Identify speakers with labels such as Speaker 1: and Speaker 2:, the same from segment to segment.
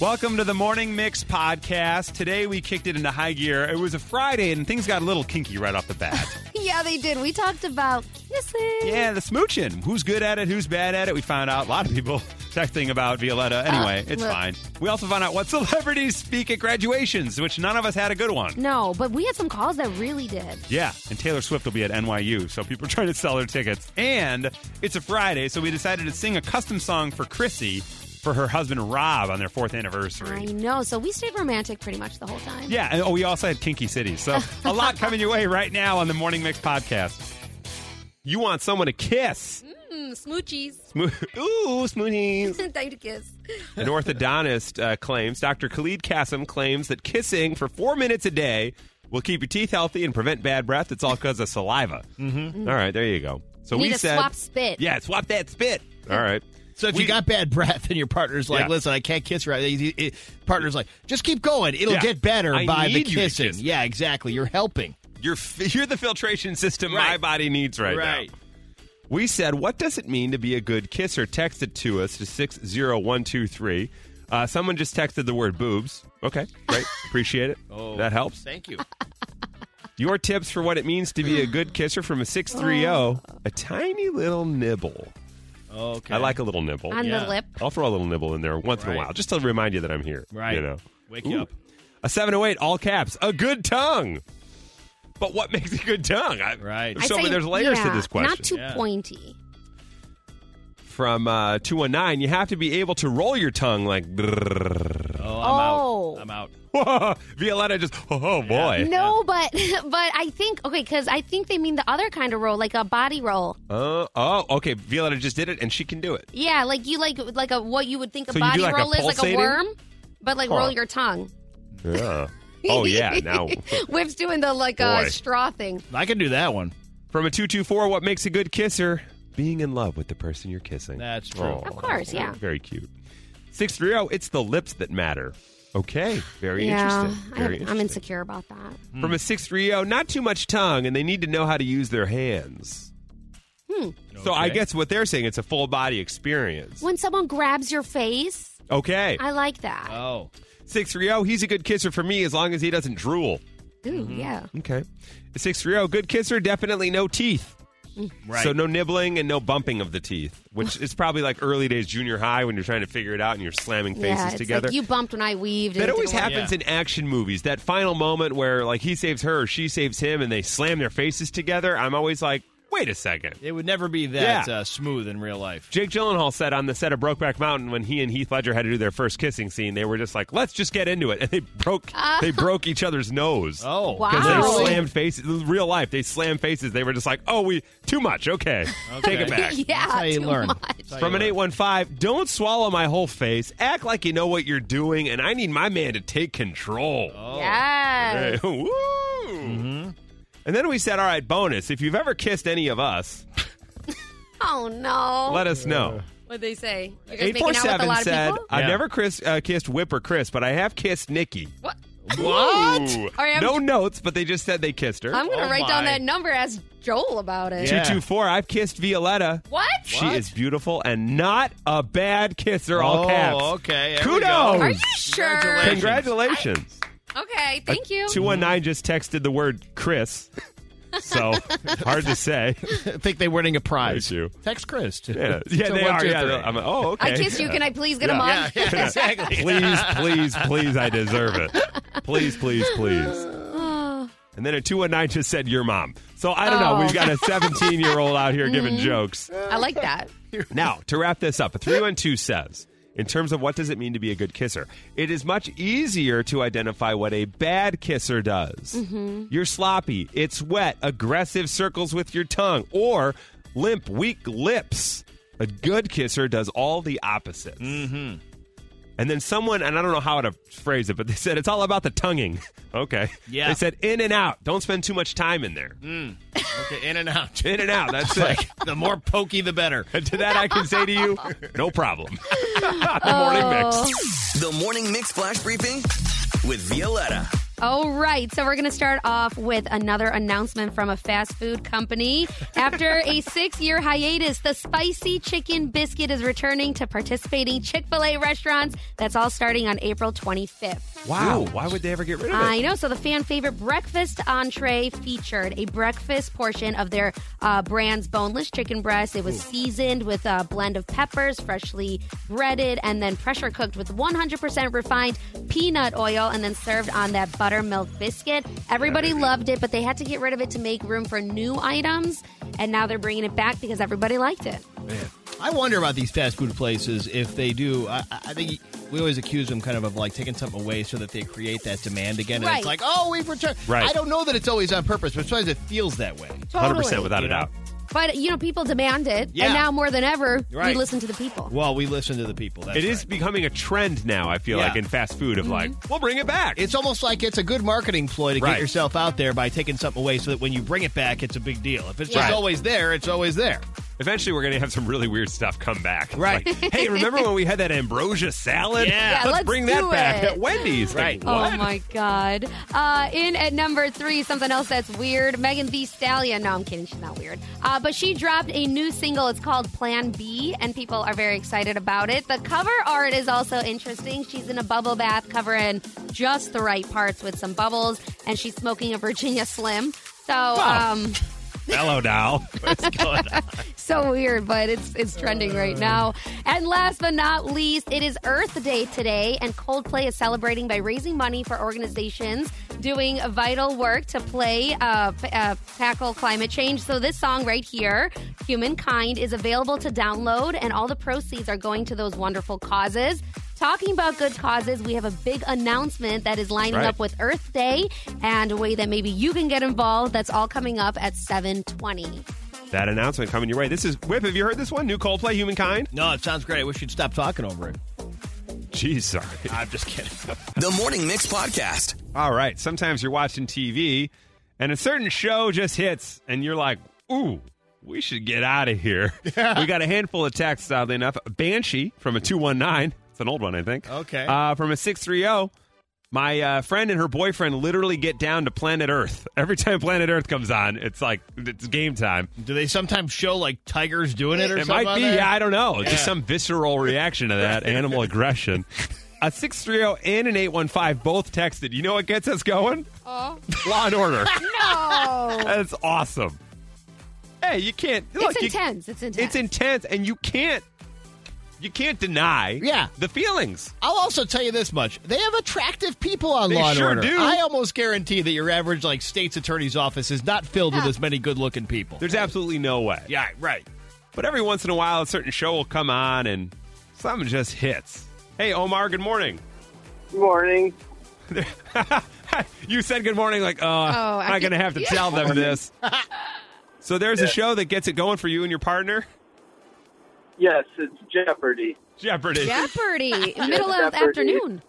Speaker 1: Welcome to the Morning Mix podcast. Today we kicked it into high gear. It was a Friday and things got a little kinky right off the bat.
Speaker 2: Yeah, they did. We talked about kissing.
Speaker 1: yeah, the smooching. Who's good at it? Who's bad at it? We found out a lot of people texting about Violetta. Anyway,
Speaker 2: Uh,
Speaker 1: it's
Speaker 2: look.
Speaker 1: fine. We also found out what celebrities speak at graduations, which none of us had a good one.
Speaker 2: No, but we had some calls that really did.
Speaker 1: Yeah, and Taylor Swift will be at NYU, so people are trying to sell her tickets. And it's a Friday, so we decided to sing a custom song for Chrissy for her husband Rob on their fourth
Speaker 2: I
Speaker 1: anniversary.
Speaker 2: know. So we stayed romantic pretty much the whole time.
Speaker 1: Yeah, and oh, we also had Kinky Cities. So a lot coming your way right now on the Morning Mix podcast. Hmm? You want someone to kiss.
Speaker 2: Mm, smoochies.
Speaker 1: Smo- Ooh, smoothies.
Speaker 2: Time to kiss.
Speaker 1: An orthodontist uh, claims, Dr. Khalid Kassim claims that kissing for four minutes a day will keep your teeth healthy and prevent bad breath. It's all because of saliva. Mm-hmm. right, there you go. So
Speaker 2: Need
Speaker 1: we
Speaker 2: to
Speaker 1: said,
Speaker 2: swap spit.
Speaker 1: yeah, swap that spit. All right.
Speaker 3: So if
Speaker 1: We-
Speaker 3: you got bad breath and your partner's like,
Speaker 1: Yeah.
Speaker 3: "Listen, I can't kiss right," it- it- partner's like, "Just keep going. It'll
Speaker 1: Yeah.
Speaker 3: get better
Speaker 1: I
Speaker 3: by the
Speaker 1: need you to
Speaker 3: kissing."
Speaker 1: kiss.
Speaker 3: Yeah, exactly. You're helping.
Speaker 1: You're, f- you're the filtration system my
Speaker 3: Right.
Speaker 1: body needs right, now. We said, what does it mean to be a good kisser? Text it to us to 60123. Uh, someone just texted the word boobs. Okay, great. Appreciate it. That helps.
Speaker 3: Oh, Thank you.
Speaker 1: Your tips for what it means to be a good kisser from a 630 a tiny little nibble.
Speaker 3: Oh. Okay.
Speaker 1: I like a little nibble.
Speaker 2: On
Speaker 3: Yeah.
Speaker 2: the lip.
Speaker 1: I'll throw a little nibble in there once in a
Speaker 3: Right.
Speaker 1: while just to remind you that I'm here.
Speaker 3: Right.
Speaker 1: You know.
Speaker 3: Wake you up.
Speaker 1: A 708, all caps, a good tongue. But what makes a good tongue? I,
Speaker 3: Right.
Speaker 1: There's,
Speaker 2: I'd
Speaker 1: so many,
Speaker 2: say,
Speaker 1: there's layers to
Speaker 2: yeah,
Speaker 1: this question.
Speaker 2: Not too
Speaker 3: Yeah.
Speaker 2: pointy.
Speaker 1: From uh, 219, you have to be able to roll your tongue like.
Speaker 3: Oh,
Speaker 2: Oh.
Speaker 3: I'm out.
Speaker 1: Violetta just, oh boy.
Speaker 2: No, but but I think okay because I think they mean the other kind of roll, like a body roll.
Speaker 1: Uh, oh, okay. Violetta just did it and she can do it.
Speaker 2: Yeah, like you like like a what you would think a
Speaker 1: So you do
Speaker 2: body
Speaker 1: like a
Speaker 2: roll is, like
Speaker 1: pulsating?
Speaker 2: a worm, but like
Speaker 1: Huh.
Speaker 2: roll your tongue.
Speaker 1: Yeah. oh, yeah. Now.
Speaker 2: Whip's doing the like a
Speaker 1: Boy.
Speaker 2: straw thing.
Speaker 3: I can do that one.
Speaker 1: From a 224, what makes a good kisser? Being in love with the person you're kissing.
Speaker 3: That's true.
Speaker 1: Oh,
Speaker 3: Of
Speaker 2: course, yeah.
Speaker 1: Very cute. 630, it's the lips that matter. Okay, very
Speaker 2: yeah,
Speaker 1: interesting.
Speaker 2: I-
Speaker 1: Very
Speaker 2: I'm
Speaker 1: interesting.
Speaker 2: insecure about that.
Speaker 1: From a 630, not too much tongue, and they need to know how to use their hands.
Speaker 2: Hmm.
Speaker 1: So I
Speaker 3: Okay.
Speaker 1: guess what they're saying, it's a full body experience.
Speaker 2: When someone grabs your face,
Speaker 1: Okay.
Speaker 2: I like that.
Speaker 1: Uh,
Speaker 3: Oh,
Speaker 1: 630, he's a good kisser for me as long as he doesn't drool.
Speaker 2: Ooh,
Speaker 1: mm-hmm.
Speaker 2: yeah.
Speaker 1: Okay. 630, good kisser, definitely no teeth.
Speaker 3: right.
Speaker 1: So no nibbling and no bumping of the teeth, which is probably like early days junior high when you're trying to figure it out and you're slamming faces
Speaker 2: yeah, it's
Speaker 1: together.
Speaker 2: Like you bumped when I weaved. and
Speaker 1: that
Speaker 2: it
Speaker 1: always
Speaker 2: didn't work.
Speaker 1: happens
Speaker 3: Yeah.
Speaker 1: in action movies. That final moment where like he saves her, or she saves him, and they slam their faces together. I'm always like, wait a second.
Speaker 3: it would never be that
Speaker 1: Yeah.
Speaker 3: uh, smooth in real life.
Speaker 1: Jake Gyllenhaal said on the set of Brokeback Mountain when he and Heath Ledger had to do their first kissing scene, they were just like, "Let's just get into it," and they broke they broke each other's nose.
Speaker 3: Oh,
Speaker 2: Wow.
Speaker 1: Because
Speaker 2: Really?
Speaker 1: they slammed faces, it was real life. They slammed faces. They were just like, "Oh, we too much. Okay, take it
Speaker 3: Okay.
Speaker 1: back."
Speaker 2: yeah,
Speaker 3: That's how you
Speaker 2: too
Speaker 3: learn.
Speaker 2: much.
Speaker 3: That's how
Speaker 1: From
Speaker 3: you
Speaker 1: an
Speaker 3: learn.
Speaker 1: 815, don't swallow my whole face. Act like you know what you're doing, and I need my man to take control. Hey,
Speaker 2: Yes.
Speaker 1: woo!
Speaker 2: Mm-hmm.
Speaker 1: And then we said, all right, bonus. If you've ever kissed any of us,
Speaker 2: Oh no.
Speaker 1: let us know.
Speaker 2: What'd they say? You're guys making out with a
Speaker 1: 847
Speaker 2: lot
Speaker 1: said,
Speaker 2: of people.
Speaker 1: I've
Speaker 3: Yeah.
Speaker 1: never Chris, uh, kissed Whip or Chris, but I have kissed Nikki.
Speaker 2: what?
Speaker 1: Ooh.
Speaker 2: All right, I'm-
Speaker 1: no notes, but they just said they kissed her.
Speaker 2: I'm gonna
Speaker 3: Oh,
Speaker 2: write down
Speaker 3: my.
Speaker 2: that number. Ask Joel about it.
Speaker 3: Yeah.
Speaker 1: 224, I've kissed Violetta.
Speaker 2: What?
Speaker 1: She is beautiful and not a bad kisser, all
Speaker 3: oh,
Speaker 1: caps.
Speaker 3: okay. there we
Speaker 1: Kudos.
Speaker 3: go.
Speaker 2: Are you sure?
Speaker 3: Congratulations.
Speaker 1: Congratulations.
Speaker 2: Okay. Thank you.
Speaker 1: 219 just texted the word Chris. So hard to say.
Speaker 3: I think they're winning a prize.
Speaker 1: Thank you.
Speaker 3: Text Chris. too.
Speaker 1: Yeah, yeah
Speaker 3: So
Speaker 1: they
Speaker 3: one,
Speaker 1: are.
Speaker 3: two,
Speaker 1: Yeah,
Speaker 3: three.
Speaker 1: they're- I'm, oh, okay.
Speaker 2: I kissed you. Can I please get
Speaker 1: Yeah.
Speaker 2: a mug?
Speaker 3: yeah, yeah, exactly.
Speaker 1: please, please, please, I deserve it. Please, please, please. And then a 219 just said, Your mom. So I don't know.
Speaker 2: Oh.
Speaker 1: We've got a 17 year old out here giving jokes.
Speaker 2: I like that.
Speaker 1: Now, to wrap this up, a 312 says, in terms of what does it mean to be a good kisser, it is much easier to identify what a bad kisser does. You're sloppy, it's wet, aggressive circles with your tongue, or limp, weak lips. A good kisser does all the opposites. Mm-hmm. And then someone, and I don't know how to phrase it, but they said it's all about the tonguing. okay.
Speaker 3: Yeah.
Speaker 1: They said in and out. Don't spend too much time in there.
Speaker 3: Okay, in and out.
Speaker 1: In and out. That's it.
Speaker 3: like the more pokey, the better.
Speaker 1: And to that, I can say to you, no problem. the morning mix.
Speaker 2: Oh.
Speaker 4: The Morning Mix Flash Briefing with Violetta.
Speaker 2: All right, so we're going to start off with another announcement from a fast food company. After a six year hiatus, the spicy chicken biscuit is returning to participating Chick fil A restaurants. That's all starting on April 25th.
Speaker 1: Wow. Why would they ever get rid of it?
Speaker 2: I know. So the fan favorite breakfast entree featured a breakfast portion of their uh, brand's boneless chicken breast. It was seasoned with a blend of peppers, freshly breaded, and then pressure cooked with 100% refined peanut oil, and then served on that buttermilk biscuit. Everybody loved it, but they had to get rid of it to make room for new items. And now they're bringing it back because everybody liked it.
Speaker 3: I wonder about these fast food places if they do. I, I I think we always accuse them kind of of like taking something away so that they create that demand again. And
Speaker 2: Right.
Speaker 3: it's like, oh, we've returned.
Speaker 1: Right.
Speaker 3: I don't know that it's always on purpose, but sometimes it feels that way.
Speaker 1: 100% without a
Speaker 3: You know?
Speaker 1: doubt.
Speaker 2: But, you know, people demand it.
Speaker 3: Yeah.
Speaker 2: And now more than ever, we
Speaker 3: Right.
Speaker 2: listen to the people.
Speaker 3: Well, we listen to the people. That's
Speaker 1: It is
Speaker 3: right.
Speaker 1: becoming a trend now, I feel
Speaker 3: Yeah.
Speaker 1: like, in fast food of like,
Speaker 2: Mm-hmm.
Speaker 1: we'll bring it back.
Speaker 3: It's almost like it's a good marketing ploy to
Speaker 1: Right.
Speaker 3: get yourself out there by taking something away so that when you bring it back, it's a big deal. If it's
Speaker 1: Right.
Speaker 3: just always there, it's always there.
Speaker 1: Eventually, we're going to have some really weird stuff come back. It's
Speaker 3: Right.
Speaker 1: like, hey, remember when we had that ambrosia salad?
Speaker 3: Yeah. Yeah,
Speaker 1: let's,
Speaker 2: let's
Speaker 1: bring that
Speaker 2: do
Speaker 1: back
Speaker 2: it.
Speaker 1: at Wendy's. Like,
Speaker 3: Right.
Speaker 1: what?
Speaker 2: Oh my God. Uh, in at number three, something else that's weird Megan Thee Stallion. No, I'm kidding. She's not weird. Uh, but she dropped a new single. It's called Plan B, and people are very excited about it. The cover art is also interesting. She's in a bubble bath covering just the right parts with some bubbles, and she's smoking a Virginia Slim. So, um,
Speaker 1: Hello, doll.
Speaker 2: so weird, but it's it's trending right now. And last but not least, it is Earth Day today, and Coldplay is celebrating by raising money for organizations doing vital work to play uh, p- uh, tackle climate change. So this song right here, "Humankind," is available to download, and all the proceeds are going to those wonderful causes. Talking about good causes, we have a big announcement that is lining
Speaker 1: right.
Speaker 2: up with Earth Day and a way that maybe you can get involved. That's all coming up at 720.
Speaker 1: that announcement coming your way. This is Whip. Have you heard this one? New Coldplay, Humankind?
Speaker 3: No, it sounds great. I wish you'd stop talking over it.
Speaker 1: Jeez, sorry.
Speaker 3: I'm just kidding.
Speaker 4: The Morning Mix Podcast.
Speaker 1: All right. Sometimes you're watching TV and a certain show just hits and you're like, ooh, we should get out of here. we got a handful of texts, oddly enough. Banshee from a 219. It's an old one, I think.
Speaker 3: Okay.
Speaker 1: Uh, from a 630. My uh, friend and her boyfriend literally get down to planet Earth. Every time planet Earth comes on, it's like, it's game time.
Speaker 3: Do they sometimes show like tigers doing it or
Speaker 1: It
Speaker 3: something?
Speaker 1: might
Speaker 3: on
Speaker 1: be.
Speaker 3: there?
Speaker 1: Yeah, I don't know.
Speaker 3: Yeah.
Speaker 1: Just some visceral reaction to that animal aggression. A 630 and an 815 both texted. You know what gets us going?
Speaker 2: Oh.
Speaker 1: Law and order.
Speaker 2: No.
Speaker 1: That's awesome. Hey, you can't. look,
Speaker 2: it's
Speaker 1: you-
Speaker 2: intense. It's intense.
Speaker 1: it's intense, and you can't. You can't deny.
Speaker 3: Yeah.
Speaker 1: The feelings.
Speaker 3: I'll also tell you this much: they have attractive people on
Speaker 1: They
Speaker 3: Law and
Speaker 1: sure
Speaker 3: Order.
Speaker 1: do.
Speaker 3: I almost guarantee that your average like state's attorney's office is not filled with
Speaker 2: Yeah.
Speaker 3: as many good-looking people.
Speaker 1: There's absolutely no way.
Speaker 3: yeah, right.
Speaker 1: But every once in a while, a certain show will come on, and something just hits. Hey, Omar. Good morning.
Speaker 5: morning.
Speaker 1: you said good morning. Like, uh, I'm not
Speaker 2: Oh, I-
Speaker 1: going to have to
Speaker 2: yeah.
Speaker 1: tell them this. so there's a show that gets it going for you and your partner.
Speaker 5: Yes, it's Jeopardy.
Speaker 1: Jeopardy.
Speaker 2: Jeopardy, middle of the
Speaker 5: Jeopardy.
Speaker 2: afternoon.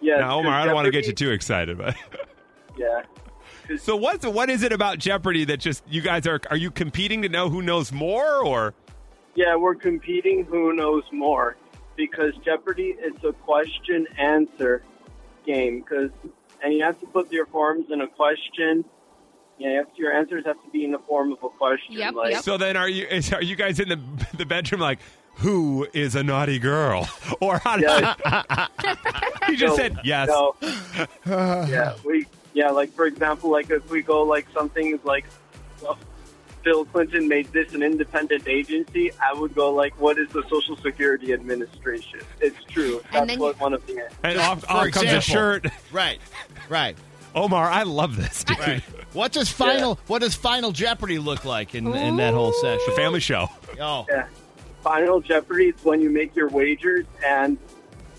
Speaker 5: Yes.
Speaker 1: Now, Omar, I don't want to get you too excited, but
Speaker 5: Yeah.
Speaker 1: so what's what is it about Jeopardy that just you guys are are you competing to know who knows more or
Speaker 5: Yeah, we're competing who knows more because Jeopardy is a question answer game cause, and you have to put your forms in a question. Yeah, you have to- your answers have to be in the form of a question.
Speaker 2: Yep,
Speaker 5: like,
Speaker 2: yep.
Speaker 1: so then are you is, are you guys in the the bedroom like who is a naughty girl or how do
Speaker 5: Yeah.
Speaker 1: you just
Speaker 5: No,
Speaker 1: said yes
Speaker 5: No. yeah, we yeah, like for example, like if we go like something like well, Bill Clinton made this an independent agency, I would go like, what is the Social Security Administration? It's true.
Speaker 2: And
Speaker 5: That's
Speaker 2: then
Speaker 5: what
Speaker 2: you-
Speaker 5: one of the
Speaker 1: and off,
Speaker 3: For
Speaker 1: off comes a
Speaker 3: example.
Speaker 1: shirt
Speaker 3: Right, right,
Speaker 1: Omar I love this dude.
Speaker 3: right. what does final What does Final Jeopardy look like in, in that whole session?
Speaker 1: family show
Speaker 3: Oh,
Speaker 5: yeah. Final Jeopardy is when you make your wagers and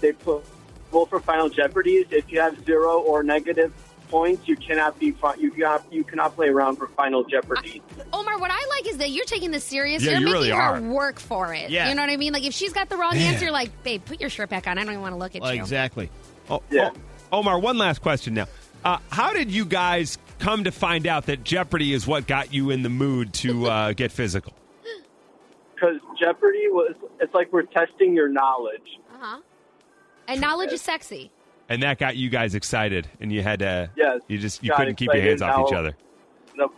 Speaker 5: they put well for Final Jeopardy is if you have zero or negative points, you cannot be fi- you cannot you cannot play around for Final Jeopardy.
Speaker 2: Omar, what I like is that you're taking this serious.
Speaker 1: Yeah,
Speaker 2: you're
Speaker 1: you
Speaker 2: making
Speaker 1: really
Speaker 2: her
Speaker 1: are.
Speaker 2: work for it.
Speaker 3: Yeah.
Speaker 2: You know what I mean? Like if she's got the wrong answer, like, babe, put your shirt back on. I don't even want to look at you.
Speaker 3: exactly.
Speaker 1: oh,
Speaker 5: Yeah.
Speaker 1: oh, Omar one last question now uh, how did you guys come to find out that Jeopardy is what got you in the mood to uh, get physical
Speaker 5: Because Jeopardy was it's like we're testing your knowledge.
Speaker 2: Uh-huh. And knowledge is sexy.
Speaker 1: and that got you guys excited, and you had to.
Speaker 5: Yes,
Speaker 1: You just you
Speaker 5: got
Speaker 1: couldn't keep your hands
Speaker 5: excited
Speaker 1: off each
Speaker 5: now.
Speaker 1: other.
Speaker 5: No,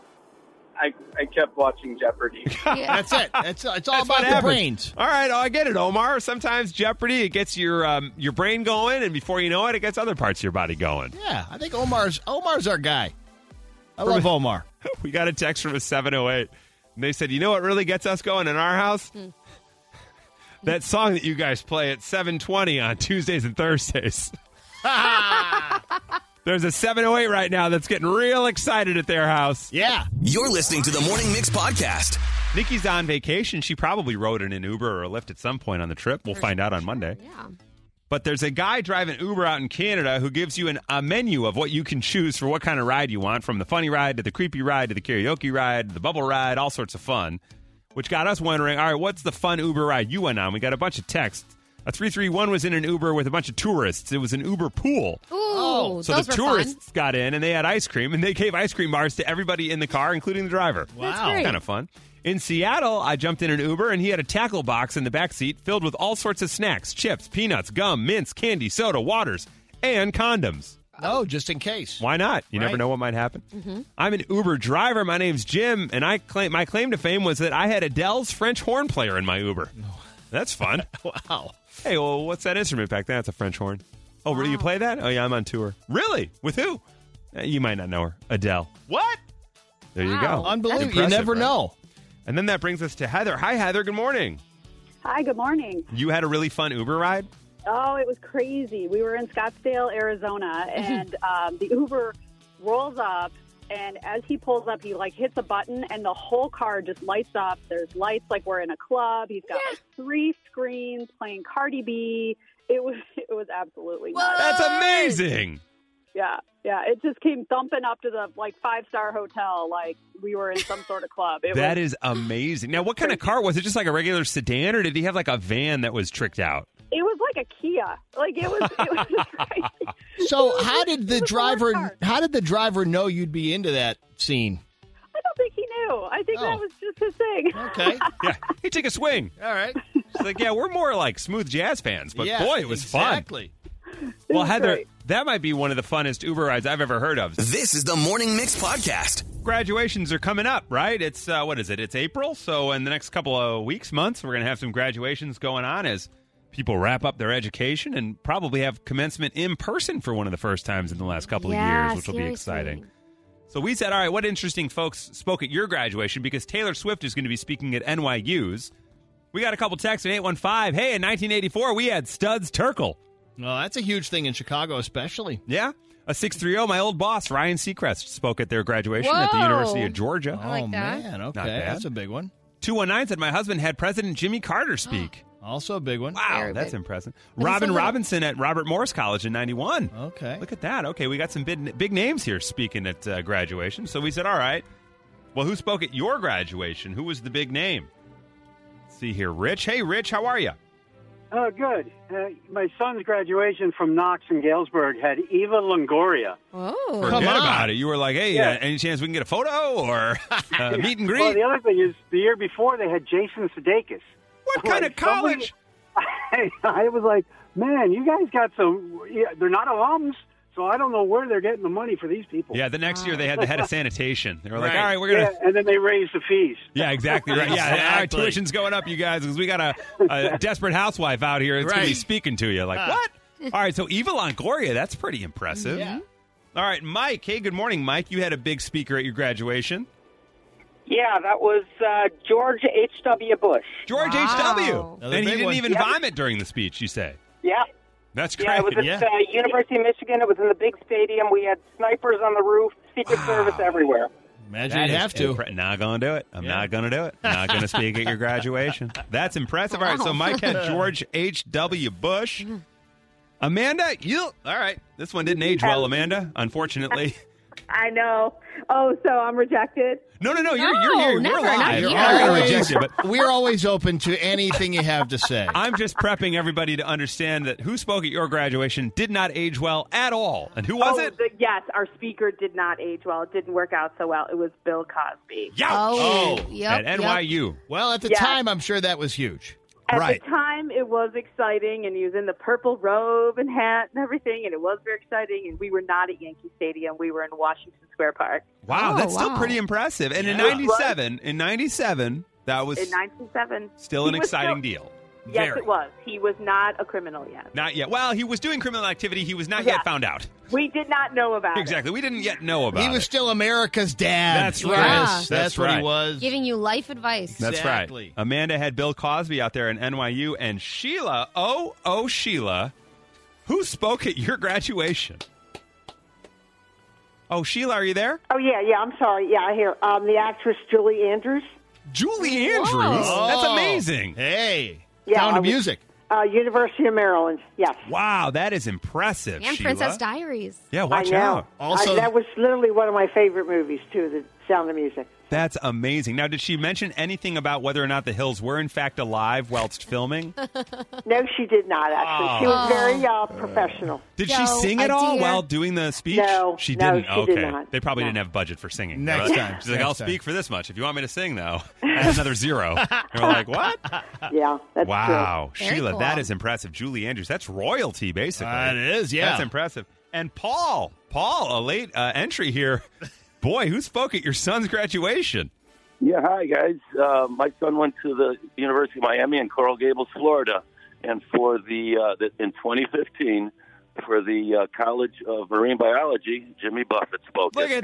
Speaker 5: I, I kept watching Jeopardy.
Speaker 2: Yeah.
Speaker 3: That's it. That's it's all
Speaker 1: That's
Speaker 3: about
Speaker 1: what
Speaker 3: the
Speaker 1: happens.
Speaker 3: brains.
Speaker 1: All right, oh, I get it, Omar. Sometimes Jeopardy it gets your um, your brain going, and before you know it, it gets other parts of your body going.
Speaker 3: Yeah, I think Omar's Omar's our guy. I love Omar.
Speaker 1: We got a text from a 708, and they said, "You know what really gets us going in our house? that song that you guys play at 7:20 on Tuesdays and Thursdays." There's a 708 right now that's getting real excited at their house.
Speaker 3: Yeah.
Speaker 4: You're listening to the Morning Mix Podcast.
Speaker 1: Nikki's on vacation. She probably rode in an Uber or a Lyft at some point on the trip. We'll find out on Monday.
Speaker 2: yeah.
Speaker 1: But there's a guy driving Uber out in Canada who gives you an, a menu of what you can choose for what kind of ride you want, from the funny ride to the creepy ride to the karaoke ride, the bubble ride, all sorts of fun. Which got us wondering, all right, what's the fun Uber ride you went on? We got a bunch of texts. A 331 was in an Uber with a bunch of tourists. It was an Uber pool.
Speaker 2: Ooh,
Speaker 1: Oh, So
Speaker 2: those
Speaker 1: the
Speaker 2: were
Speaker 1: tourists got in and they had ice cream and they gave ice cream bars to everybody in the car, including the driver.
Speaker 3: Wow.
Speaker 2: great.
Speaker 1: Kind of fun. In Seattle, I jumped in an Uber and he had a tackle box in the back seat filled with all sorts of snacks, chips, peanuts, gum, mints, candy, soda, waters, and condoms.
Speaker 3: No, just in case.
Speaker 1: Why not? You never
Speaker 3: Right. Mm-hmm.
Speaker 1: know what might happen. I'm an Uber driver. My name's Jim, and I claim my claim to fame was that I had Adele's French horn player in my Uber. That's fun.
Speaker 3: Wow.
Speaker 1: hey, well, what's that instrument back there? That's a French horn. Oh, really? You play that? Oh, yeah, I'm on tour. Really? With who? Uh, You might not know her. Adele.
Speaker 3: What?
Speaker 1: There you
Speaker 2: Wow.
Speaker 1: go.
Speaker 3: Unbelievable. You
Speaker 1: Impressive,
Speaker 3: never
Speaker 1: right?
Speaker 3: know.
Speaker 1: And then that brings us to Heather. Hi, Heather. Good morning.
Speaker 6: Hi, good morning.
Speaker 1: You had a really fun Uber ride.
Speaker 6: Oh, it was crazy. We were in Scottsdale, Arizona, and um, the Uber rolls up, and as he pulls up, he like hits a button, and the whole car just lights up. There's lights like we're in a club. He's got like three screens playing Cardi B. It was it was absolutely
Speaker 2: Whoa.
Speaker 6: nuts.
Speaker 1: That's amazing.
Speaker 6: yeah yeah. It just came thumping up to the like five star hotel like we were in some sort of club. It
Speaker 1: That
Speaker 6: was,
Speaker 1: is amazing. Now, what kind of car was it? Just like a regular sedan, or did he have like a van that was tricked out?
Speaker 6: it was like a Kia. Like it was it was crazy.
Speaker 3: So how did the
Speaker 6: It was a hard
Speaker 3: driver
Speaker 6: part.
Speaker 3: how did the driver know you'd be into that scene?
Speaker 6: I don't think he knew. I think
Speaker 3: Oh.
Speaker 6: that was just his thing.
Speaker 3: Okay.
Speaker 1: Yeah, he took a swing.
Speaker 3: All right.
Speaker 1: It's like, yeah, we're more like smooth jazz fans, but
Speaker 3: Yeah,
Speaker 1: boy, it was
Speaker 3: exactly.
Speaker 1: fun. Well,
Speaker 6: was
Speaker 1: Heather,
Speaker 6: great.
Speaker 1: that might be one of the funnest Uber rides I've ever heard of.
Speaker 4: This is the Morning Mix Podcast.
Speaker 1: Graduations are coming up, right? It's uh, what is it? It's April, so in the next couple of weeks, months, we're going to have some graduations going on as people wrap up their education and probably have commencement in person for one of the first times in the last couple of
Speaker 2: Yeah,
Speaker 1: years, which will be
Speaker 2: seriously.
Speaker 1: exciting. So we said, all right, what interesting folks spoke at your graduation because Taylor Swift is going to be speaking at NYU's. We got a couple texts in 815. Hey, in 1984, we had Studs Terkel.
Speaker 3: Well, that's a huge thing in Chicago, especially.
Speaker 1: Yeah. A 630, my old boss, Ryan Seacrest, spoke at their graduation at the
Speaker 2: Whoa.
Speaker 1: University of Georgia.
Speaker 2: I like
Speaker 3: oh
Speaker 2: that.
Speaker 3: man, okay.
Speaker 1: bad.
Speaker 3: That's a big one.
Speaker 1: 219 said, my husband had President Jimmy Carter speak.
Speaker 3: Also a big one.
Speaker 1: wow,
Speaker 2: Very
Speaker 1: that's
Speaker 2: big.
Speaker 1: impressive.
Speaker 2: he's
Speaker 1: Robin
Speaker 2: a little-
Speaker 1: Robinson at Robert Morris College in 91.
Speaker 3: Okay.
Speaker 1: Look at that. Okay, we got some big, big names here speaking at uh, graduation. So we said, all right, well, who spoke at your graduation? Who was the big name? Let's see here, Rich. Hey, Rich, how are you?
Speaker 7: Oh, good. Uh, my son's graduation from Knox and Galesburg had Eva Longoria.
Speaker 2: Oh.
Speaker 1: Forget
Speaker 3: on.
Speaker 1: about it. You were like, hey,
Speaker 7: Yeah.
Speaker 1: uh, any chance we can get a photo or uh, meet and
Speaker 7: Well,
Speaker 1: greet?
Speaker 7: the other thing is, the year before they had Jason Sudeikis.
Speaker 1: what kind of
Speaker 7: Like, somebody-
Speaker 1: college?
Speaker 7: I, was like, man, you guys got some. Yeah, they're not alums, so I don't know where they're getting the money for these people.
Speaker 1: Yeah, the next year they had the head of sanitation. They were like,
Speaker 3: Right.
Speaker 1: all right, we're
Speaker 7: Yeah,
Speaker 1: going to.
Speaker 7: and then they raised the fees.
Speaker 1: Yeah, exactly right. Yeah, our
Speaker 3: Exactly.
Speaker 1: tuition's going up, you guys, because we got a, a desperate housewife out here that's going to be
Speaker 3: Right.
Speaker 1: speaking to you. Like,
Speaker 3: Ah.
Speaker 1: what? All right, so Eva Longoria, that's pretty impressive.
Speaker 3: Yeah.
Speaker 1: All right, Mike. Hey, good morning, Mike. You had a big speaker at your graduation.
Speaker 8: Yeah, that was uh, George H.W. Bush.
Speaker 1: George
Speaker 2: Wow.
Speaker 1: H.W.
Speaker 3: Another
Speaker 1: and he
Speaker 3: big
Speaker 1: didn't
Speaker 3: one.
Speaker 1: even vomit during the speech, you say.
Speaker 8: Yeah.
Speaker 1: That's
Speaker 8: Yeah,
Speaker 1: great.
Speaker 8: it was at
Speaker 3: yeah.
Speaker 8: uh, University of Michigan. It was in the big stadium. We had snipers on the roof, Secret Service everywhere.
Speaker 3: Imagine
Speaker 1: That
Speaker 3: you'd
Speaker 1: is
Speaker 3: have to.
Speaker 1: impre- not going to do it. I'm
Speaker 3: Yeah.
Speaker 1: not going to do it. I'm not going to speak at your graduation. That's impressive. All right, so Mike had George H.W. Bush. Amanda, you. All right. This one didn't age well, Amanda, unfortunately.
Speaker 6: I know. Oh, so I'm rejected.
Speaker 1: No, no, no. You're, you're
Speaker 2: No,
Speaker 1: here.
Speaker 2: never,
Speaker 1: You're
Speaker 2: not
Speaker 1: alive. You're
Speaker 2: yet.
Speaker 1: not going to
Speaker 3: Always-
Speaker 1: reject it, but
Speaker 3: we're always open to anything you have to say.
Speaker 1: I'm just prepping everybody to understand that who spoke at your graduation did not age well at all. And who was
Speaker 9: Oh,
Speaker 1: it?
Speaker 9: the- yes, our speaker did not age well. It didn't work out so well. It was Bill Cosby.
Speaker 1: Youch!
Speaker 2: Oh, yep,
Speaker 1: at
Speaker 2: yep.
Speaker 1: NYU.
Speaker 3: Well, at the
Speaker 9: Yeah.
Speaker 3: time, I'm sure that was huge.
Speaker 9: At
Speaker 10: Right.
Speaker 9: the time, it was exciting, and he was in the purple robe and hat and everything, and it was very exciting. And we were not at Yankee Stadium; we were in Washington Square Park.
Speaker 1: Wow,
Speaker 9: Oh,
Speaker 1: that's still
Speaker 9: wow.
Speaker 1: pretty impressive. And in
Speaker 9: Yeah.
Speaker 1: 97, in 97, that was
Speaker 9: in 1997.
Speaker 1: still an
Speaker 9: He was
Speaker 1: exciting
Speaker 9: still-
Speaker 1: deal.
Speaker 9: Yes,
Speaker 1: Very.
Speaker 9: it was. He was not a criminal yet.
Speaker 1: Not yet. Well, he was doing criminal activity. He was not
Speaker 9: Yeah.
Speaker 1: yet found out.
Speaker 9: We did not know about it.
Speaker 1: Exactly. We didn't yet know about
Speaker 3: he was
Speaker 1: it.
Speaker 3: still America's dad.
Speaker 1: That's right.
Speaker 3: Yes,
Speaker 1: That's
Speaker 3: That's, what
Speaker 1: right.
Speaker 3: he was.
Speaker 2: Giving you life advice.
Speaker 1: That's right. Amanda had Bill Cosby out there in NYU, and Sheila, oh, oh, Sheila, who spoke at your graduation? Oh, Sheila, are you there?
Speaker 11: Oh yeah, yeah. I'm sorry. Yeah, I hear um, the actress Julie Andrews.
Speaker 1: Julie Andrews.
Speaker 9: Oh.
Speaker 1: That's amazing.
Speaker 3: Hey.
Speaker 11: Yeah,
Speaker 1: Sound
Speaker 11: I
Speaker 1: of
Speaker 11: was-
Speaker 1: Music.
Speaker 11: Uh, University of Maryland. Yes.
Speaker 1: Wow, that is impressive.
Speaker 11: And
Speaker 1: Sheila.
Speaker 11: Princess Di-
Speaker 2: Diaries.
Speaker 1: Yeah, watch
Speaker 11: I know.
Speaker 1: out.
Speaker 11: Also, that was literally one of my favorite movies too, The Sound of Music.
Speaker 1: That's amazing. Now, did she mention anything about whether or not the Hills were in fact alive whilst filming?
Speaker 11: No, she did not actually. She was
Speaker 1: Oh.
Speaker 11: very uh, professional.
Speaker 1: Did she sing at all while doing the speech?
Speaker 11: No,
Speaker 1: she
Speaker 11: no,
Speaker 1: didn't.
Speaker 11: she
Speaker 1: okay,
Speaker 11: did not.
Speaker 1: they probably didn't have budget for singing.
Speaker 3: Next
Speaker 1: But
Speaker 3: time.
Speaker 1: she's like,
Speaker 3: Next
Speaker 1: "I'll
Speaker 3: time.
Speaker 1: speak for this much. If you want me to sing, though, that's another zero. And we're like, "What?
Speaker 11: Yeah, that's
Speaker 1: Uh, wow,
Speaker 11: true.
Speaker 1: Sheila, that is impressive. Julie Andrews, that's royalty, basically.
Speaker 3: That is, yeah.
Speaker 1: that's impressive. And Paul, Paul, a late uh, entry here. Boy, who spoke at your son's graduation?
Speaker 12: Yeah, hi guys. Uh, my son went to the University of Miami in Coral Gables, Florida, and for the, uh, the in 2015 for the uh, College of Marine Biology, Jimmy Buffett spoke. Look at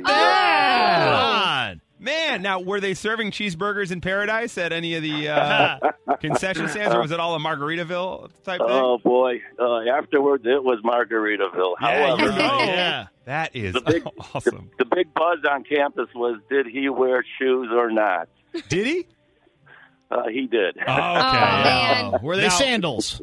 Speaker 1: God. Man, now were they serving cheeseburgers in paradise at any of the uh, concession stands, or was it all a Margaritaville type thing?
Speaker 12: Oh boy! Uh, afterwards, it was Margaritaville. However,
Speaker 1: That is
Speaker 12: The big-
Speaker 1: awesome.
Speaker 12: the big buzz on campus was: did he wear shoes or not?
Speaker 1: Did he?
Speaker 12: Uh, he did.
Speaker 1: Oh, man.
Speaker 3: Were they sandals?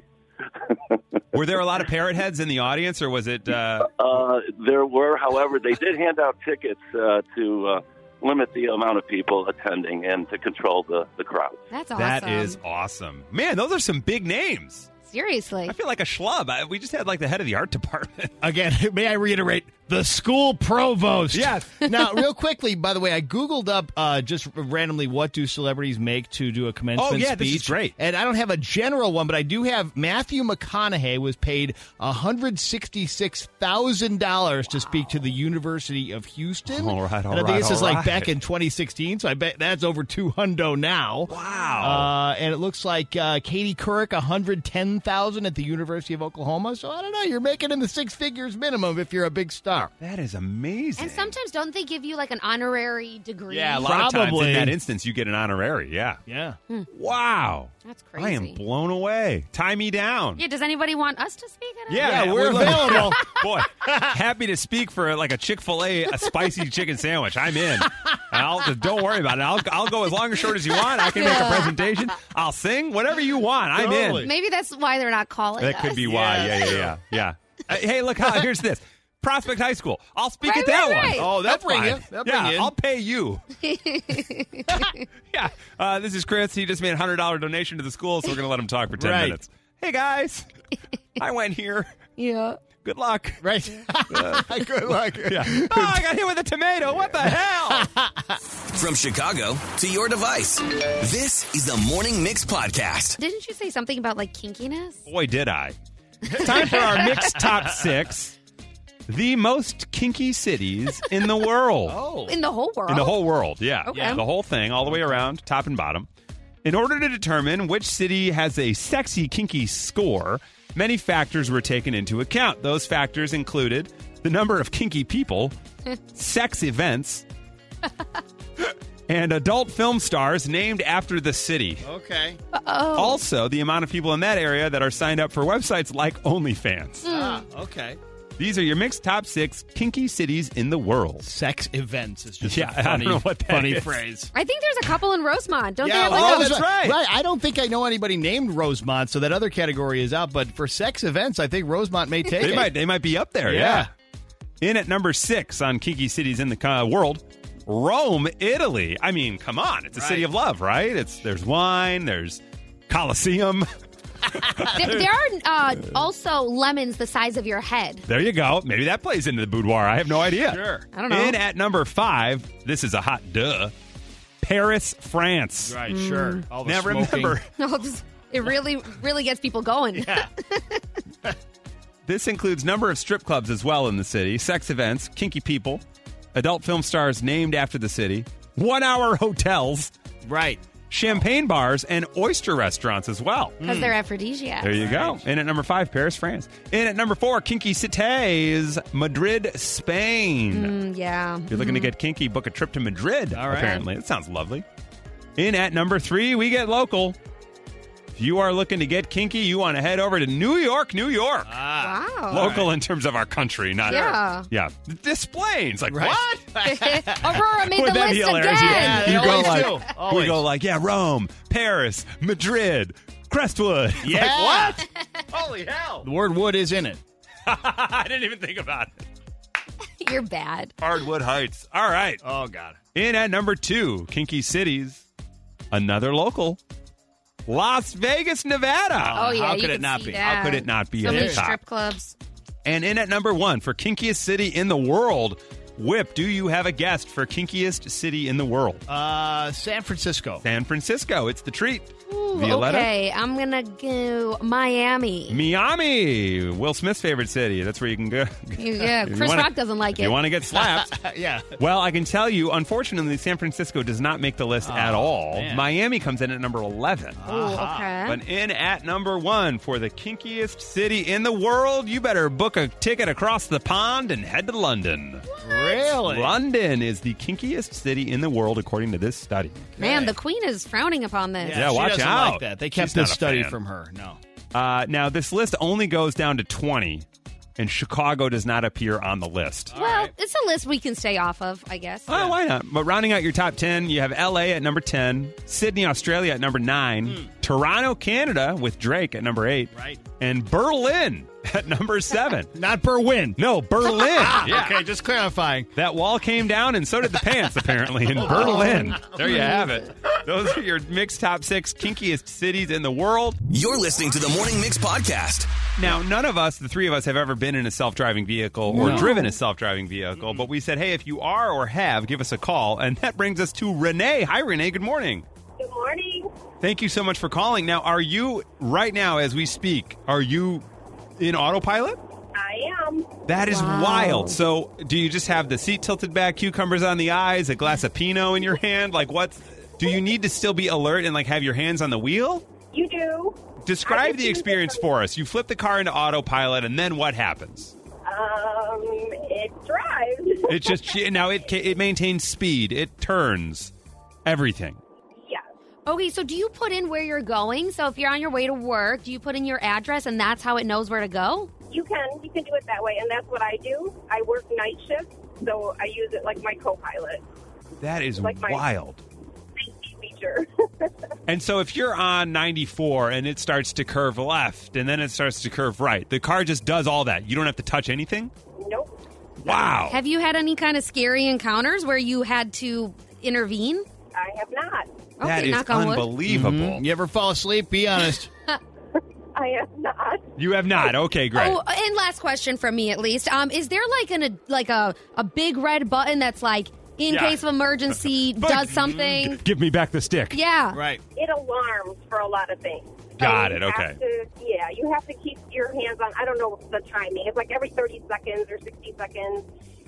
Speaker 1: Were there a lot of parrot heads in the audience, or was it? Uh,
Speaker 12: Uh, there were, however, they did hand out tickets uh, to uh, limit the amount of people attending and to control the, the crowd.
Speaker 2: That's awesome.
Speaker 1: that is awesome, man. Those are some big names.
Speaker 2: Seriously.
Speaker 1: I feel like a schlub. I, we just had like the head of the art department.
Speaker 3: Again, may I reiterate the school provost?
Speaker 1: Yes.
Speaker 3: now, real quickly, by the way, I googled up uh, just randomly what do celebrities make to do a commencement
Speaker 1: Oh, yeah,
Speaker 3: speech.
Speaker 1: this is great.
Speaker 3: And I don't have a general one, but I do have Matthew McConaughey was paid hundred sixty six thousand dollars to speak to the University of Houston.
Speaker 1: All right, all
Speaker 3: and I think
Speaker 1: right,
Speaker 3: this is
Speaker 1: all
Speaker 3: like
Speaker 1: right.
Speaker 3: back in 2016, so I bet that's over two hundo now. Wow. Uh, and it looks like uh, Katie Couric, 110,000 at the University of Oklahoma. So I don't know. You're making in the six figures minimum if you're a big star.
Speaker 1: That is amazing.
Speaker 2: And sometimes don't they give you like an honorary degree?
Speaker 1: Yeah, a lot of times in that instance, you get an honorary. Yeah,
Speaker 3: yeah.
Speaker 1: Wow,
Speaker 2: That's
Speaker 1: I am
Speaker 2: crazy.
Speaker 1: blown away. Tie me down.
Speaker 2: Yeah, does anybody want us to speak at it?
Speaker 1: Yeah, man,
Speaker 3: we're
Speaker 1: looking-
Speaker 3: available.
Speaker 1: Boy, happy to speak for like a Chick Fil A, a spicy chicken sandwich. I'm in. I'll, don't worry about it. I'll, I'll go as long or short as you want. I can make a
Speaker 2: Yeah.
Speaker 1: presentation. I'll sing whatever you want. I'm in.
Speaker 2: Maybe that's why they're not calling
Speaker 1: That could
Speaker 2: us.
Speaker 1: be why. Yeah, yeah, yeah, yeah. Uh, hey, look, how, here's this Prospect High School. I'll speak
Speaker 2: Right,
Speaker 1: at that
Speaker 2: right,
Speaker 1: one.
Speaker 2: right.
Speaker 1: Oh, that's
Speaker 3: They'll bring
Speaker 1: fine.
Speaker 3: you. They'll
Speaker 1: yeah,
Speaker 3: bring you in.
Speaker 1: I'll pay you. yeah. Uh, this is Chris. He just made a hundred dollar donation to the school, so we're gonna let him talk for ten
Speaker 3: Right.
Speaker 1: minutes. Hey guys, I went here.
Speaker 2: Yeah.
Speaker 1: Good luck.
Speaker 3: Right. Good luck.
Speaker 1: Yeah. Oh, I got hit with a tomato. What the hell?
Speaker 4: From Chicago to your device, this is the Morning Mix Podcast.
Speaker 2: Didn't you say something about like kinkiness?
Speaker 1: Boy, did I. Time for our mixed top six. The most kinky cities in the world.
Speaker 2: In the whole world.
Speaker 1: In the whole world, yeah.
Speaker 2: Okay. Yeah.
Speaker 1: The whole thing, all the way around, top and bottom. In order to determine which city has a sexy, kinky score, many factors were taken into account. Those factors included the number of kinky people, sex events, and adult film stars named after the city.
Speaker 3: Okay.
Speaker 2: Oh.
Speaker 1: Also, the amount of people in that area that are signed up for websites like OnlyFans.
Speaker 2: Hmm.
Speaker 3: Ah, okay.
Speaker 1: These are your mixed top six kinky cities in the world.
Speaker 3: Sex events is just
Speaker 1: Yeah, I
Speaker 3: a
Speaker 1: don't
Speaker 3: funny,
Speaker 1: know what that
Speaker 3: funny
Speaker 1: is.
Speaker 3: phrase.
Speaker 2: I think there's a couple in Rosemont. Don't they have like
Speaker 3: well,
Speaker 2: a
Speaker 3: that's right. Right. I don't think I know anybody named Rosemont, so that other category is out. But for sex events, I think Rosemont may take
Speaker 1: They
Speaker 3: it.
Speaker 1: might they might be up there. Yeah. In at number six on kinky cities in the uh, world, Rome, Italy. I mean, come on, it's a city of love, right? It's there's wine, there's Colosseum.
Speaker 2: There, there are uh, also lemons the size of your head.
Speaker 1: There you go. Maybe that plays into the boudoir. I have no idea.
Speaker 3: Sure.
Speaker 2: I don't know.
Speaker 1: In at number five, this is a hot duh. Paris, France.
Speaker 3: Right, sure. All the
Speaker 1: now
Speaker 3: smoking.
Speaker 1: remember,
Speaker 2: No, just- It really, really gets people going.
Speaker 1: This includes number of strip clubs as well in the city, sex events, kinky people, adult film stars named after the city, one-hour hotels,
Speaker 3: right,
Speaker 1: champagne bars, and oyster restaurants as well.
Speaker 2: Because they're aphrodisiacs.
Speaker 1: There you go. In at number five, Paris, France. In at number four, Kinky Cities, Madrid, Spain.
Speaker 2: Mm, yeah.
Speaker 1: If you're looking to get kinky, book a trip to Madrid,
Speaker 3: Hmm. All right.
Speaker 1: apparently. That sounds lovely. In at number three, we get local. If you are looking to get kinky, you want to head over to New York, New York.
Speaker 2: Wow.
Speaker 1: Ah. local in terms of our country, not
Speaker 2: Yeah.
Speaker 1: yeah. This plane's like
Speaker 3: Right.
Speaker 1: what?
Speaker 2: Aurora made
Speaker 1: Would
Speaker 2: the
Speaker 1: that
Speaker 2: list
Speaker 1: be
Speaker 2: again.
Speaker 1: hilarious?
Speaker 3: Yeah, they
Speaker 1: you go
Speaker 3: always
Speaker 1: like,
Speaker 3: do.
Speaker 1: we
Speaker 3: Always.
Speaker 1: go like, yeah, Rome, Paris, Madrid, Crestwood. It's
Speaker 3: Yeah.
Speaker 1: like, what? Holy hell!
Speaker 3: The word wood is in it.
Speaker 1: I didn't even think about it.
Speaker 2: You're bad.
Speaker 1: Hardwood Heights. All right.
Speaker 3: Oh, God.
Speaker 1: In at number two, Kinky Cities, another local, Las Vegas, Nevada.
Speaker 2: Oh, yeah.
Speaker 3: how
Speaker 2: you
Speaker 3: could it
Speaker 2: can
Speaker 3: not
Speaker 2: see
Speaker 3: be?
Speaker 2: that.
Speaker 1: Uh, How could it not be
Speaker 2: So
Speaker 1: at
Speaker 2: many
Speaker 1: the top?
Speaker 2: strip clubs.
Speaker 1: And in at number one for kinkiest city in the world, Whip, do you have a guest for kinkiest city in the world?
Speaker 3: Uh, San Francisco.
Speaker 1: San Francisco. It's the treat.
Speaker 2: Ooh,
Speaker 1: Violetta?
Speaker 2: Okay, I'm gonna go Miami.
Speaker 1: Miami, Will Smith's favorite city. That's where you can go.
Speaker 2: Yeah,
Speaker 1: If you
Speaker 2: Chris
Speaker 1: wanna-
Speaker 2: Rock doesn't like
Speaker 1: if You
Speaker 2: it.
Speaker 1: want to get slapped?
Speaker 3: yeah.
Speaker 1: well, I can tell you, unfortunately, San Francisco does not make the list at all.
Speaker 3: Oh, man. Uh-huh.
Speaker 1: Miami comes in at number 11.
Speaker 2: Ooh, okay.
Speaker 1: But in at number one for the kinkiest city in the world, you better book a ticket across the pond and head to London.
Speaker 3: Really?
Speaker 1: London is the kinkiest city in the world, according to this study.
Speaker 2: Man, the queen is frowning upon this.
Speaker 1: Yeah,
Speaker 3: she
Speaker 1: watch
Speaker 3: doesn't
Speaker 1: out.
Speaker 3: Like that. They kept
Speaker 1: She's not
Speaker 3: this
Speaker 1: a
Speaker 3: study
Speaker 1: fan.
Speaker 3: from her. No.
Speaker 1: Uh, now, this list only goes down to 20, and Chicago does not appear on the list.
Speaker 2: Well, it's a list we can stay off of, I guess.
Speaker 1: Oh, why not? But rounding out your top 10, you have LA at number 10, Sydney, Australia at number 9, Toronto, Canada with Drake at number 8,
Speaker 3: Right.
Speaker 1: and Berlin at number 7.
Speaker 3: Not Berwin.
Speaker 1: no, Berlin. yeah.
Speaker 3: Okay, just clarifying.
Speaker 1: That wall came down, and so did the pants, apparently, in Berlin. There you have it. Those are your mixed top six kinkiest cities in the world.
Speaker 4: You're listening to the Morning Mix podcast.
Speaker 1: Now, none of us, the three of us, have ever been in a self driving vehicle or driven a self driving vehicle, but we said, hey, if you are or have, give us a call. And that brings us to Renee. Hi, Renee. Good morning.
Speaker 10: Good morning.
Speaker 1: Thank you so much for calling. Now, are you, right now as we speak, are you in autopilot?
Speaker 10: I am.
Speaker 1: That is
Speaker 2: Wow.
Speaker 1: wild. So, do you just have the seat tilted back, cucumbers on the eyes, a glass of Pinot in your hand? Like, what's. Do you need to still be alert and, like, have your hands on the wheel?
Speaker 10: You do.
Speaker 1: Describe
Speaker 10: just
Speaker 1: the
Speaker 10: use it
Speaker 1: experience
Speaker 10: for-
Speaker 1: for us. You flip the car into autopilot, and then what happens?
Speaker 10: Um, it drives.
Speaker 1: It just she- now it ca- it maintains speed. It turns everything.
Speaker 10: yeah.
Speaker 2: Okay, so do you put in where you're going? So if you're on your way to work, do you put in your address and that's how it knows where to go?
Speaker 10: You can. You can do it that way, and that's what I do. I work night shifts, so I use it like my co-pilot,
Speaker 1: That is
Speaker 10: Like my-
Speaker 1: wild.
Speaker 10: safety feature.
Speaker 1: And so if you're on 94 and it starts to curve left and then it starts to curve right, the car just does all that. You don't have to touch anything.
Speaker 10: nope.
Speaker 1: Wow.
Speaker 2: Have you had any kind of scary encounters where you had to intervene?
Speaker 10: I have not.
Speaker 2: Okay,
Speaker 1: that is
Speaker 2: knock on wood.
Speaker 1: unbelievable.
Speaker 3: Mhm. You ever fall asleep? Be honest.
Speaker 10: I have not.
Speaker 1: You have not. Okay, great.
Speaker 2: Oh, and last question from me at least. Um, is there like an a, like a, a big red button that's like in
Speaker 1: Yeah.
Speaker 2: case of emergency
Speaker 1: But-
Speaker 2: does something?
Speaker 1: Give me back the stick.
Speaker 2: Yeah.
Speaker 3: right.
Speaker 10: It alarms for a lot of things.
Speaker 1: Got
Speaker 10: So
Speaker 1: it,
Speaker 10: you
Speaker 1: okay.
Speaker 10: have to- yeah, you have to keep your hands on. I don't know the timing. It's like every 30 seconds or 60 seconds,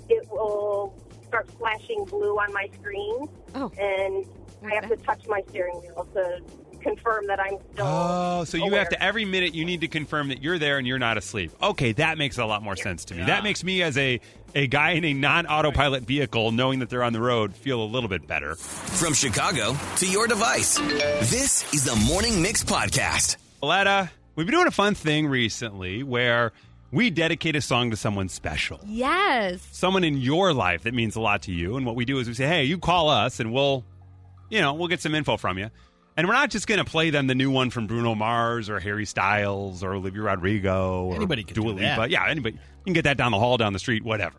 Speaker 10: it will start flashing blue on my screen,
Speaker 2: Oh.
Speaker 10: and I have to touch my steering wheel to confirm that I'm still.
Speaker 1: Oh, so you
Speaker 10: aware.
Speaker 1: have to every minute you need to confirm that you're there and you're not asleep. Okay, that makes a lot more sense to me. That makes me as a a guy in a non-autopilot vehicle knowing that they're on the road feel a little bit better.
Speaker 4: From Chicago to your device, this is the Morning Mix podcast.
Speaker 1: Letta, we've been doing a fun thing recently where we dedicate a song to someone special.
Speaker 2: Yes.
Speaker 1: Someone in your life that means a lot to you. And what we do is we say, "Hey, you call us and we'll you know, we'll get some info from you." And we're not just going to play them the new one from Bruno Mars or Harry Styles or Olivia Rodrigo or
Speaker 3: Anybody could
Speaker 1: Dua
Speaker 3: do that.
Speaker 1: Lipa. Yeah, anybody. You can get that down the hall, down the street, whatever.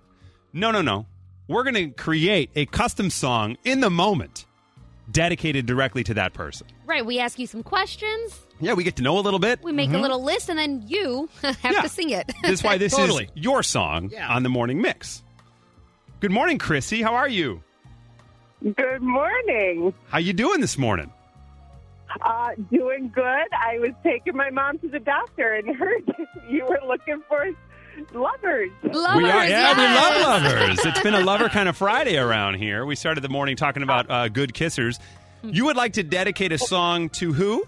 Speaker 1: No, no, no. We're going to create a custom song in the moment dedicated directly to that person.
Speaker 2: Right. We ask you some questions.
Speaker 1: Yeah, we get to know a little bit.
Speaker 2: We make a little list, and then you have
Speaker 1: Mm-hmm. Yeah.
Speaker 2: to sing it.
Speaker 1: This is why this
Speaker 3: Totally.
Speaker 1: is your song
Speaker 3: Yeah.
Speaker 1: on the morning mix. Good morning, Chrissy. How are you?
Speaker 13: Good morning.
Speaker 1: How you doing this morning?
Speaker 13: Uh, doing good. I was taking my mom to the doctor and heard you were looking for lovers.
Speaker 1: we are, yeah, we love lovers. It's been a lover kind of Friday around here. We started the morning talking about uh, good kissers. You would like to dedicate a song to who?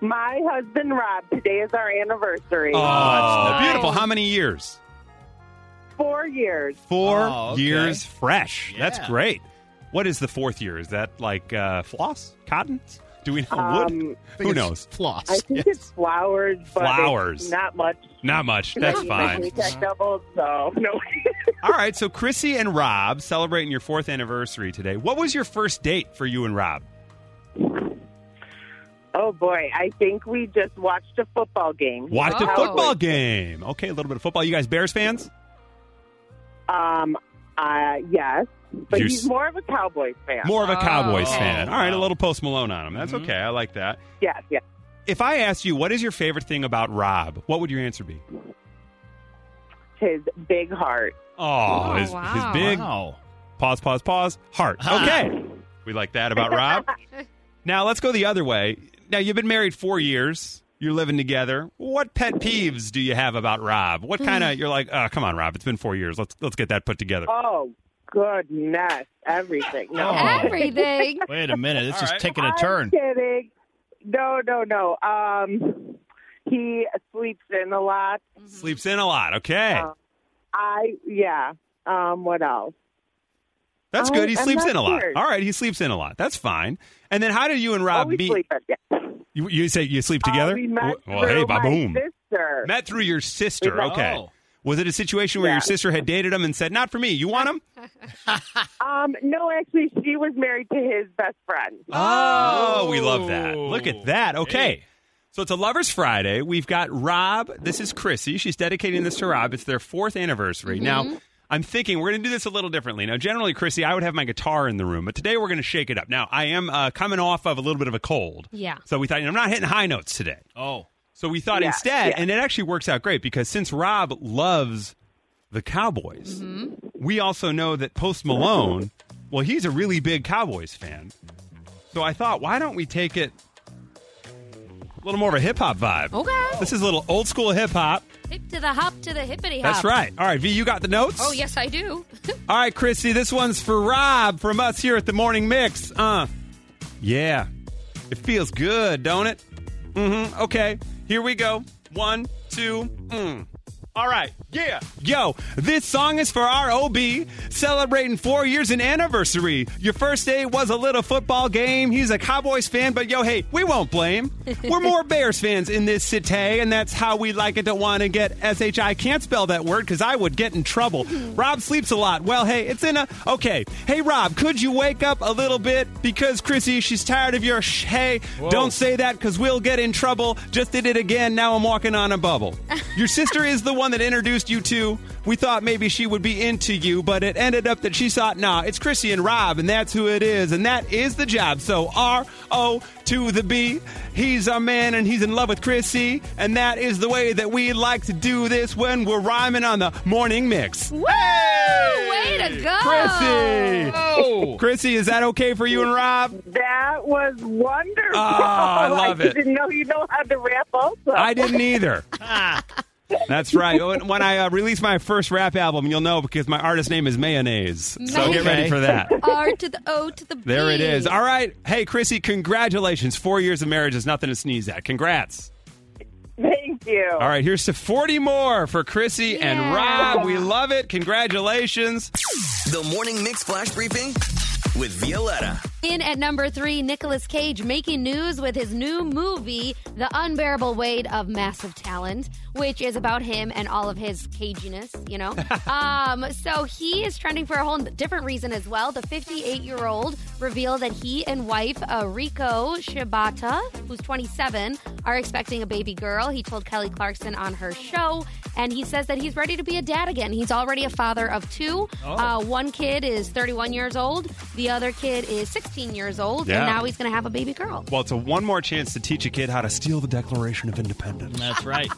Speaker 13: My husband Rob. Today is our anniversary.
Speaker 1: Oh, beautiful. How many years?
Speaker 13: Four years.
Speaker 1: Four
Speaker 13: Oh,
Speaker 1: years fresh. That's great. What is the fourth year? Is that like uh, floss, cotton? Do we know
Speaker 13: Um,
Speaker 1: wood?
Speaker 13: I think
Speaker 1: Who
Speaker 13: it's
Speaker 1: knows? Floss.
Speaker 13: I think it's flowers. But it's
Speaker 1: Flowers.
Speaker 13: not much.
Speaker 1: Not much. That's
Speaker 13: My
Speaker 1: fine.
Speaker 13: paycheck doubled, so no.
Speaker 1: All right. So Chrissy and Rob celebrating your fourth anniversary today. What was your first date for you and Rob?
Speaker 13: Oh boy, I think we just watched a football game.
Speaker 1: Watched a football game. Okay, a little bit of football. You guys Bears fans?
Speaker 13: Um, uh, yes, but
Speaker 1: You're
Speaker 13: he's
Speaker 1: s-
Speaker 13: more of a Cowboys fan.
Speaker 1: More of a Cowboys
Speaker 13: Oh.
Speaker 1: fan. All right, a little Post Malone on him. That's
Speaker 13: Mm-hmm.
Speaker 1: okay. I like that.
Speaker 13: Yes, yes.
Speaker 1: If I asked you, what is your favorite thing about Rob? What would your answer be?
Speaker 13: His big heart.
Speaker 1: Oh, his,
Speaker 13: wow.
Speaker 1: his big
Speaker 13: Wow.
Speaker 1: pause, pause, pause heart. Okay, we like that about Rob. now let's go the other way. Now you've been married four years. You're living together. What pet peeves do you have about Rob? What kind of you're like? Oh, come on, Rob. It's been four years. Let's let's get that put together.
Speaker 13: Mm. Oh goodness, everything. No.
Speaker 2: Everything.
Speaker 3: Wait a minute. This
Speaker 1: All
Speaker 3: is
Speaker 1: right.
Speaker 3: taking a
Speaker 13: I'm
Speaker 3: turn.
Speaker 13: kidding. No, no, no. Um, he sleeps in a lot.
Speaker 1: Sleeps in a lot. Okay,
Speaker 13: Uh, I yeah. Um, what else?
Speaker 1: that's
Speaker 13: I-
Speaker 1: good. He
Speaker 13: I'm
Speaker 1: sleeps
Speaker 13: not
Speaker 1: in a lot.
Speaker 13: sure.
Speaker 1: All right, he sleeps in a lot. That's fine. And then how do you and Rob
Speaker 13: Always
Speaker 1: Uh, be?
Speaker 13: sleep at- yeah.
Speaker 1: You, you say you sleep together?
Speaker 13: We met
Speaker 1: well, hey,
Speaker 13: through my
Speaker 1: baboom.
Speaker 13: Sister.
Speaker 1: Met through your
Speaker 13: We
Speaker 1: sister.
Speaker 13: met-
Speaker 1: Okay.
Speaker 13: Oh.
Speaker 1: Was it a situation where
Speaker 13: Yeah.
Speaker 1: your sister had dated him and said, "Not for me. You want him?"
Speaker 13: Um, no, actually, she was married to his best friend.
Speaker 1: Oh, we love that. Look at that. Okay. So it's a Lover's Friday. We've got Rob. This is Chrissy. She's dedicating this to Rob. It's their fourth anniversary.
Speaker 3: Mm-hmm.
Speaker 1: Now, I'm thinking we're going to do this a little differently. Now, generally, Chrissy, I would have my guitar in the room, but today we're going to shake it up. Now, I am uh, coming off of a little bit of a cold.
Speaker 2: Yeah.
Speaker 1: So we thought, you know, I'm not hitting high notes today.
Speaker 3: Oh.
Speaker 1: So we thought
Speaker 3: Yeah,
Speaker 1: instead,
Speaker 3: yeah.
Speaker 1: and it actually works out great because since Rob loves the Cowboys,
Speaker 3: Mm-hmm.
Speaker 1: we also know that Post Malone, well, he's a really big Cowboys fan. So I thought, why don't we take it a little more of a hip hop vibe?
Speaker 2: Okay.
Speaker 1: This is a little old school hip hop.
Speaker 2: Hip to the hop to the hippity hop.
Speaker 1: That's right. All right, V, you got the notes?
Speaker 2: Oh, yes, I do.
Speaker 1: All right, Christy, this one's for Rob from us here at the Morning Mix. Uh, yeah, it feels good, don't it? Mm-hmm. Okay, here we go. One, two, mm. All right, yeah. Yo, this song is for our OB celebrating four years and anniversary. Your first date was a little football game. He's a Cowboys fan, but yo, hey, we won't blame. We're more Bears fans in this city, and that's how we like it to want to get SHI. I can't spell that word because I would get in trouble. Rob sleeps a lot. Well, hey, it's in a. Okay. Hey, Rob, could you wake up a little bit? Because Chrissy, she's tired of your sh. Hey, don't say that because we'll get in trouble. Just did it again. Now I'm walking on a bubble. Your sister is the one that introduced you to. We thought maybe she would be into you, but it ended up that she thought, nah, it's Chrissy and Rob, and that's who it is, and that is the job. So R O to the B. He's our man, and he's in love with Chrissy, and that is the way that we like to do this when we're rhyming on the morning mix.
Speaker 2: Woo! Way to go.
Speaker 1: Chrissy! Chrissy, is that okay for you and Rob?
Speaker 13: That was wonderful.
Speaker 1: Oh, I love it.
Speaker 13: didn't know you know how to rap also.
Speaker 1: I didn't either. That's right. When when I uh, release my first rap album, you'll know because my artist name is Mayonnaise. So get ready for that.
Speaker 2: R to the O to the B.
Speaker 1: There it is. All right. Hey, Chrissy, congratulations. Four years of marriage is nothing to sneeze at. Congrats.
Speaker 13: Thank you.
Speaker 1: All right. Here's to 40 more for Chrissy and
Speaker 4: Yeah.
Speaker 1: Rob. We love it. Congratulations.
Speaker 4: The Morning Mix Flash Briefing with Violetta.
Speaker 2: In at number three, Nicolas Cage making news with his new movie, The Unbearable Weight of Massive Talent, which is about him and all of his caginess, you know? um, so he is trending for a whole different reason as well. The 58 year old revealed that he and wife uh, Rico Shibata, who's 27, are expecting a baby girl. He told Kelly Clarkson on her show, and he says that he's ready to be a dad again. He's already a father of two.
Speaker 14: Oh.
Speaker 2: Uh, one kid is 31 years old, the other kid is 16 years old,
Speaker 1: Yeah.
Speaker 2: and now he's going to have a baby girl.
Speaker 1: Well, it's a one more chance to teach a kid how to steal the Declaration of Independence.
Speaker 3: That's right.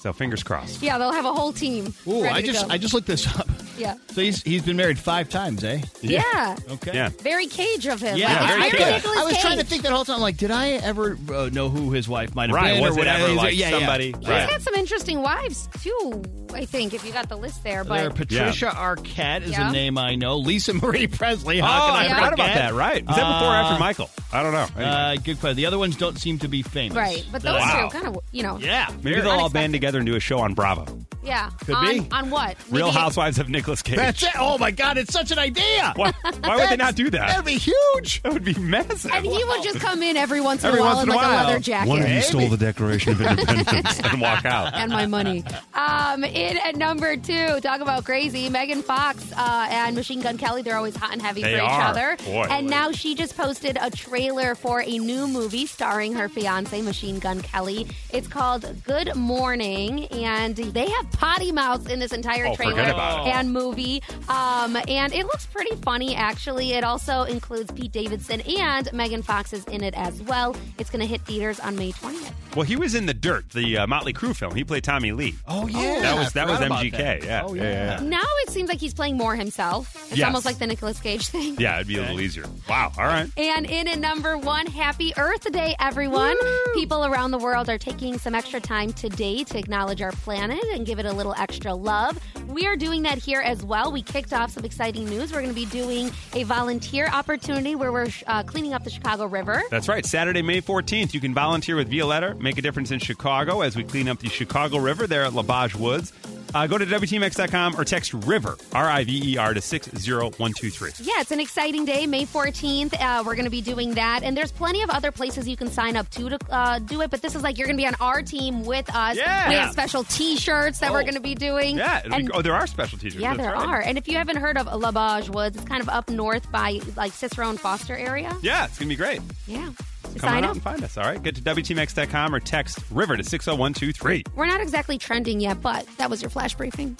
Speaker 1: So fingers crossed.
Speaker 2: Yeah, they'll have a whole team.
Speaker 3: Ooh,
Speaker 2: ready
Speaker 3: I
Speaker 2: to
Speaker 3: just
Speaker 2: go.
Speaker 3: I just looked this up.
Speaker 2: Yeah.
Speaker 3: So he's he's been married five times, eh?
Speaker 2: Yeah.
Speaker 3: Okay.
Speaker 2: Very cage of him.
Speaker 3: Yeah,
Speaker 2: Like,
Speaker 3: very
Speaker 2: I,
Speaker 3: cage.
Speaker 2: Nicolas
Speaker 3: I was
Speaker 2: Cage.
Speaker 3: trying to think that whole time. Like, did I ever uh, know who his wife might have
Speaker 1: Right,
Speaker 3: been?
Speaker 1: was
Speaker 3: or
Speaker 1: it
Speaker 3: whatever?
Speaker 1: ever,
Speaker 3: Is
Speaker 1: like, somebody?
Speaker 3: Yeah.
Speaker 2: He's had some interesting wives too. I think if you got the list there,
Speaker 3: There,
Speaker 2: but
Speaker 3: Patricia Arquette is
Speaker 2: Yeah.
Speaker 3: a name I know. Lisa Marie Presley.
Speaker 1: Oh,
Speaker 3: How can
Speaker 1: I
Speaker 3: I,
Speaker 1: forgot about
Speaker 3: forget?
Speaker 1: that, right. Was that before or after
Speaker 3: Uh,
Speaker 1: Michael? I don't know.
Speaker 3: Uh, good question. The other ones don't seem to be famous.
Speaker 2: right, but those
Speaker 1: Wow.
Speaker 2: two kind of you know.
Speaker 3: Yeah.
Speaker 1: Maybe they'll all band together and do a show on Bravo.
Speaker 2: Yeah.
Speaker 1: Could
Speaker 2: on,
Speaker 1: be.
Speaker 2: on what?
Speaker 1: Real
Speaker 2: Maybe-
Speaker 1: Housewives of Nicolas Cage.
Speaker 3: That's it. Oh my God, it's such an idea.
Speaker 1: Why, why would they not do that?
Speaker 3: That'd be huge.
Speaker 1: That would be massive.
Speaker 2: And he would just come in every once in
Speaker 1: Every
Speaker 2: a while
Speaker 1: once
Speaker 2: in
Speaker 1: in a
Speaker 2: like a
Speaker 1: while.
Speaker 2: leather jacket.
Speaker 1: One of you stole the Declaration of Independence and walk out.
Speaker 2: and my money. Um, in at number two, talk about crazy. Megan Fox uh, and Machine Gun Kelly, they're always hot and heavy
Speaker 14: They
Speaker 2: for each
Speaker 14: are.
Speaker 2: other.
Speaker 14: Boy.
Speaker 2: and now she just posted a trailer for a new movie starring her fiance, Machine Gun Kelly. It's called Good Morning, and they have potty mouths in this entire
Speaker 14: Oh,
Speaker 2: trailer
Speaker 14: forget about it.
Speaker 2: and movie. Um, and it looks pretty funny, actually. It also includes Pete Davidson and Megan Fox is in it as well. It's going to hit theaters on May 20th.
Speaker 1: Well, he was in The Dirt, the uh, Motley Crue film. He played Tommy Lee.
Speaker 3: Oh, yeah.
Speaker 1: That was that
Speaker 3: I
Speaker 1: was
Speaker 3: forgot about
Speaker 1: MGK.
Speaker 3: that.
Speaker 1: Yeah.
Speaker 3: Oh,
Speaker 1: yeah. yeah. yeah.
Speaker 2: Now it seems like he's playing more himself. It's
Speaker 1: Yes.
Speaker 2: almost like the Nicolas Cage thing.
Speaker 1: Yeah, it'd be a little easier. Wow. All right.
Speaker 2: And in at number one, happy Earth Day, everyone. People around the world are taking some extra time today to acknowledge our planet and give it a little extra love. We are doing that here as well. We kicked off some exciting news. We're going to be doing a volunteer opportunity where we're uh, cleaning up the Chicago River.
Speaker 1: That's right. Saturday, May 14th, you can volunteer with Violetta, make a difference in Chicago as we clean up the Chicago River there at Labage Woods. Uh, go to WTMX.com or text RIVER, R I V E R, to 60123.
Speaker 2: Yeah, it's an exciting day, May 14th. Uh, we're going to be doing that. And there's plenty of other places you can sign up to to uh, do it. But this is like you're going to be on our team with us.
Speaker 1: Yeah.
Speaker 2: We have special t shirts that
Speaker 1: Oh.
Speaker 2: we're going to be doing.
Speaker 1: Yeah. it'll be-
Speaker 2: And-
Speaker 1: oh, there are special teachers.
Speaker 2: Yeah,
Speaker 1: That's
Speaker 2: there
Speaker 1: right.
Speaker 2: are. And if you haven't heard of Labage Woods, it's kind of up north by like Cicero and Foster area.
Speaker 1: Yeah, it's going to be great.
Speaker 2: Yeah.
Speaker 1: Come on
Speaker 2: Sign up.
Speaker 1: out and find us. All right. Get to WTMX.com or text RIVER to 60123.
Speaker 2: We're not exactly trending yet, but that was your flash briefing.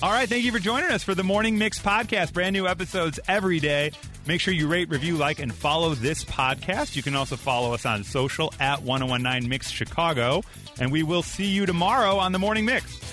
Speaker 1: All right, thank you for joining us for the Morning Mix podcast. Brand new episodes every day. Make sure you rate, review, like, and follow this podcast. You can also follow us oh on social at 1019 Mix Chicago. And we will see you tomorrow on the Morning Mix.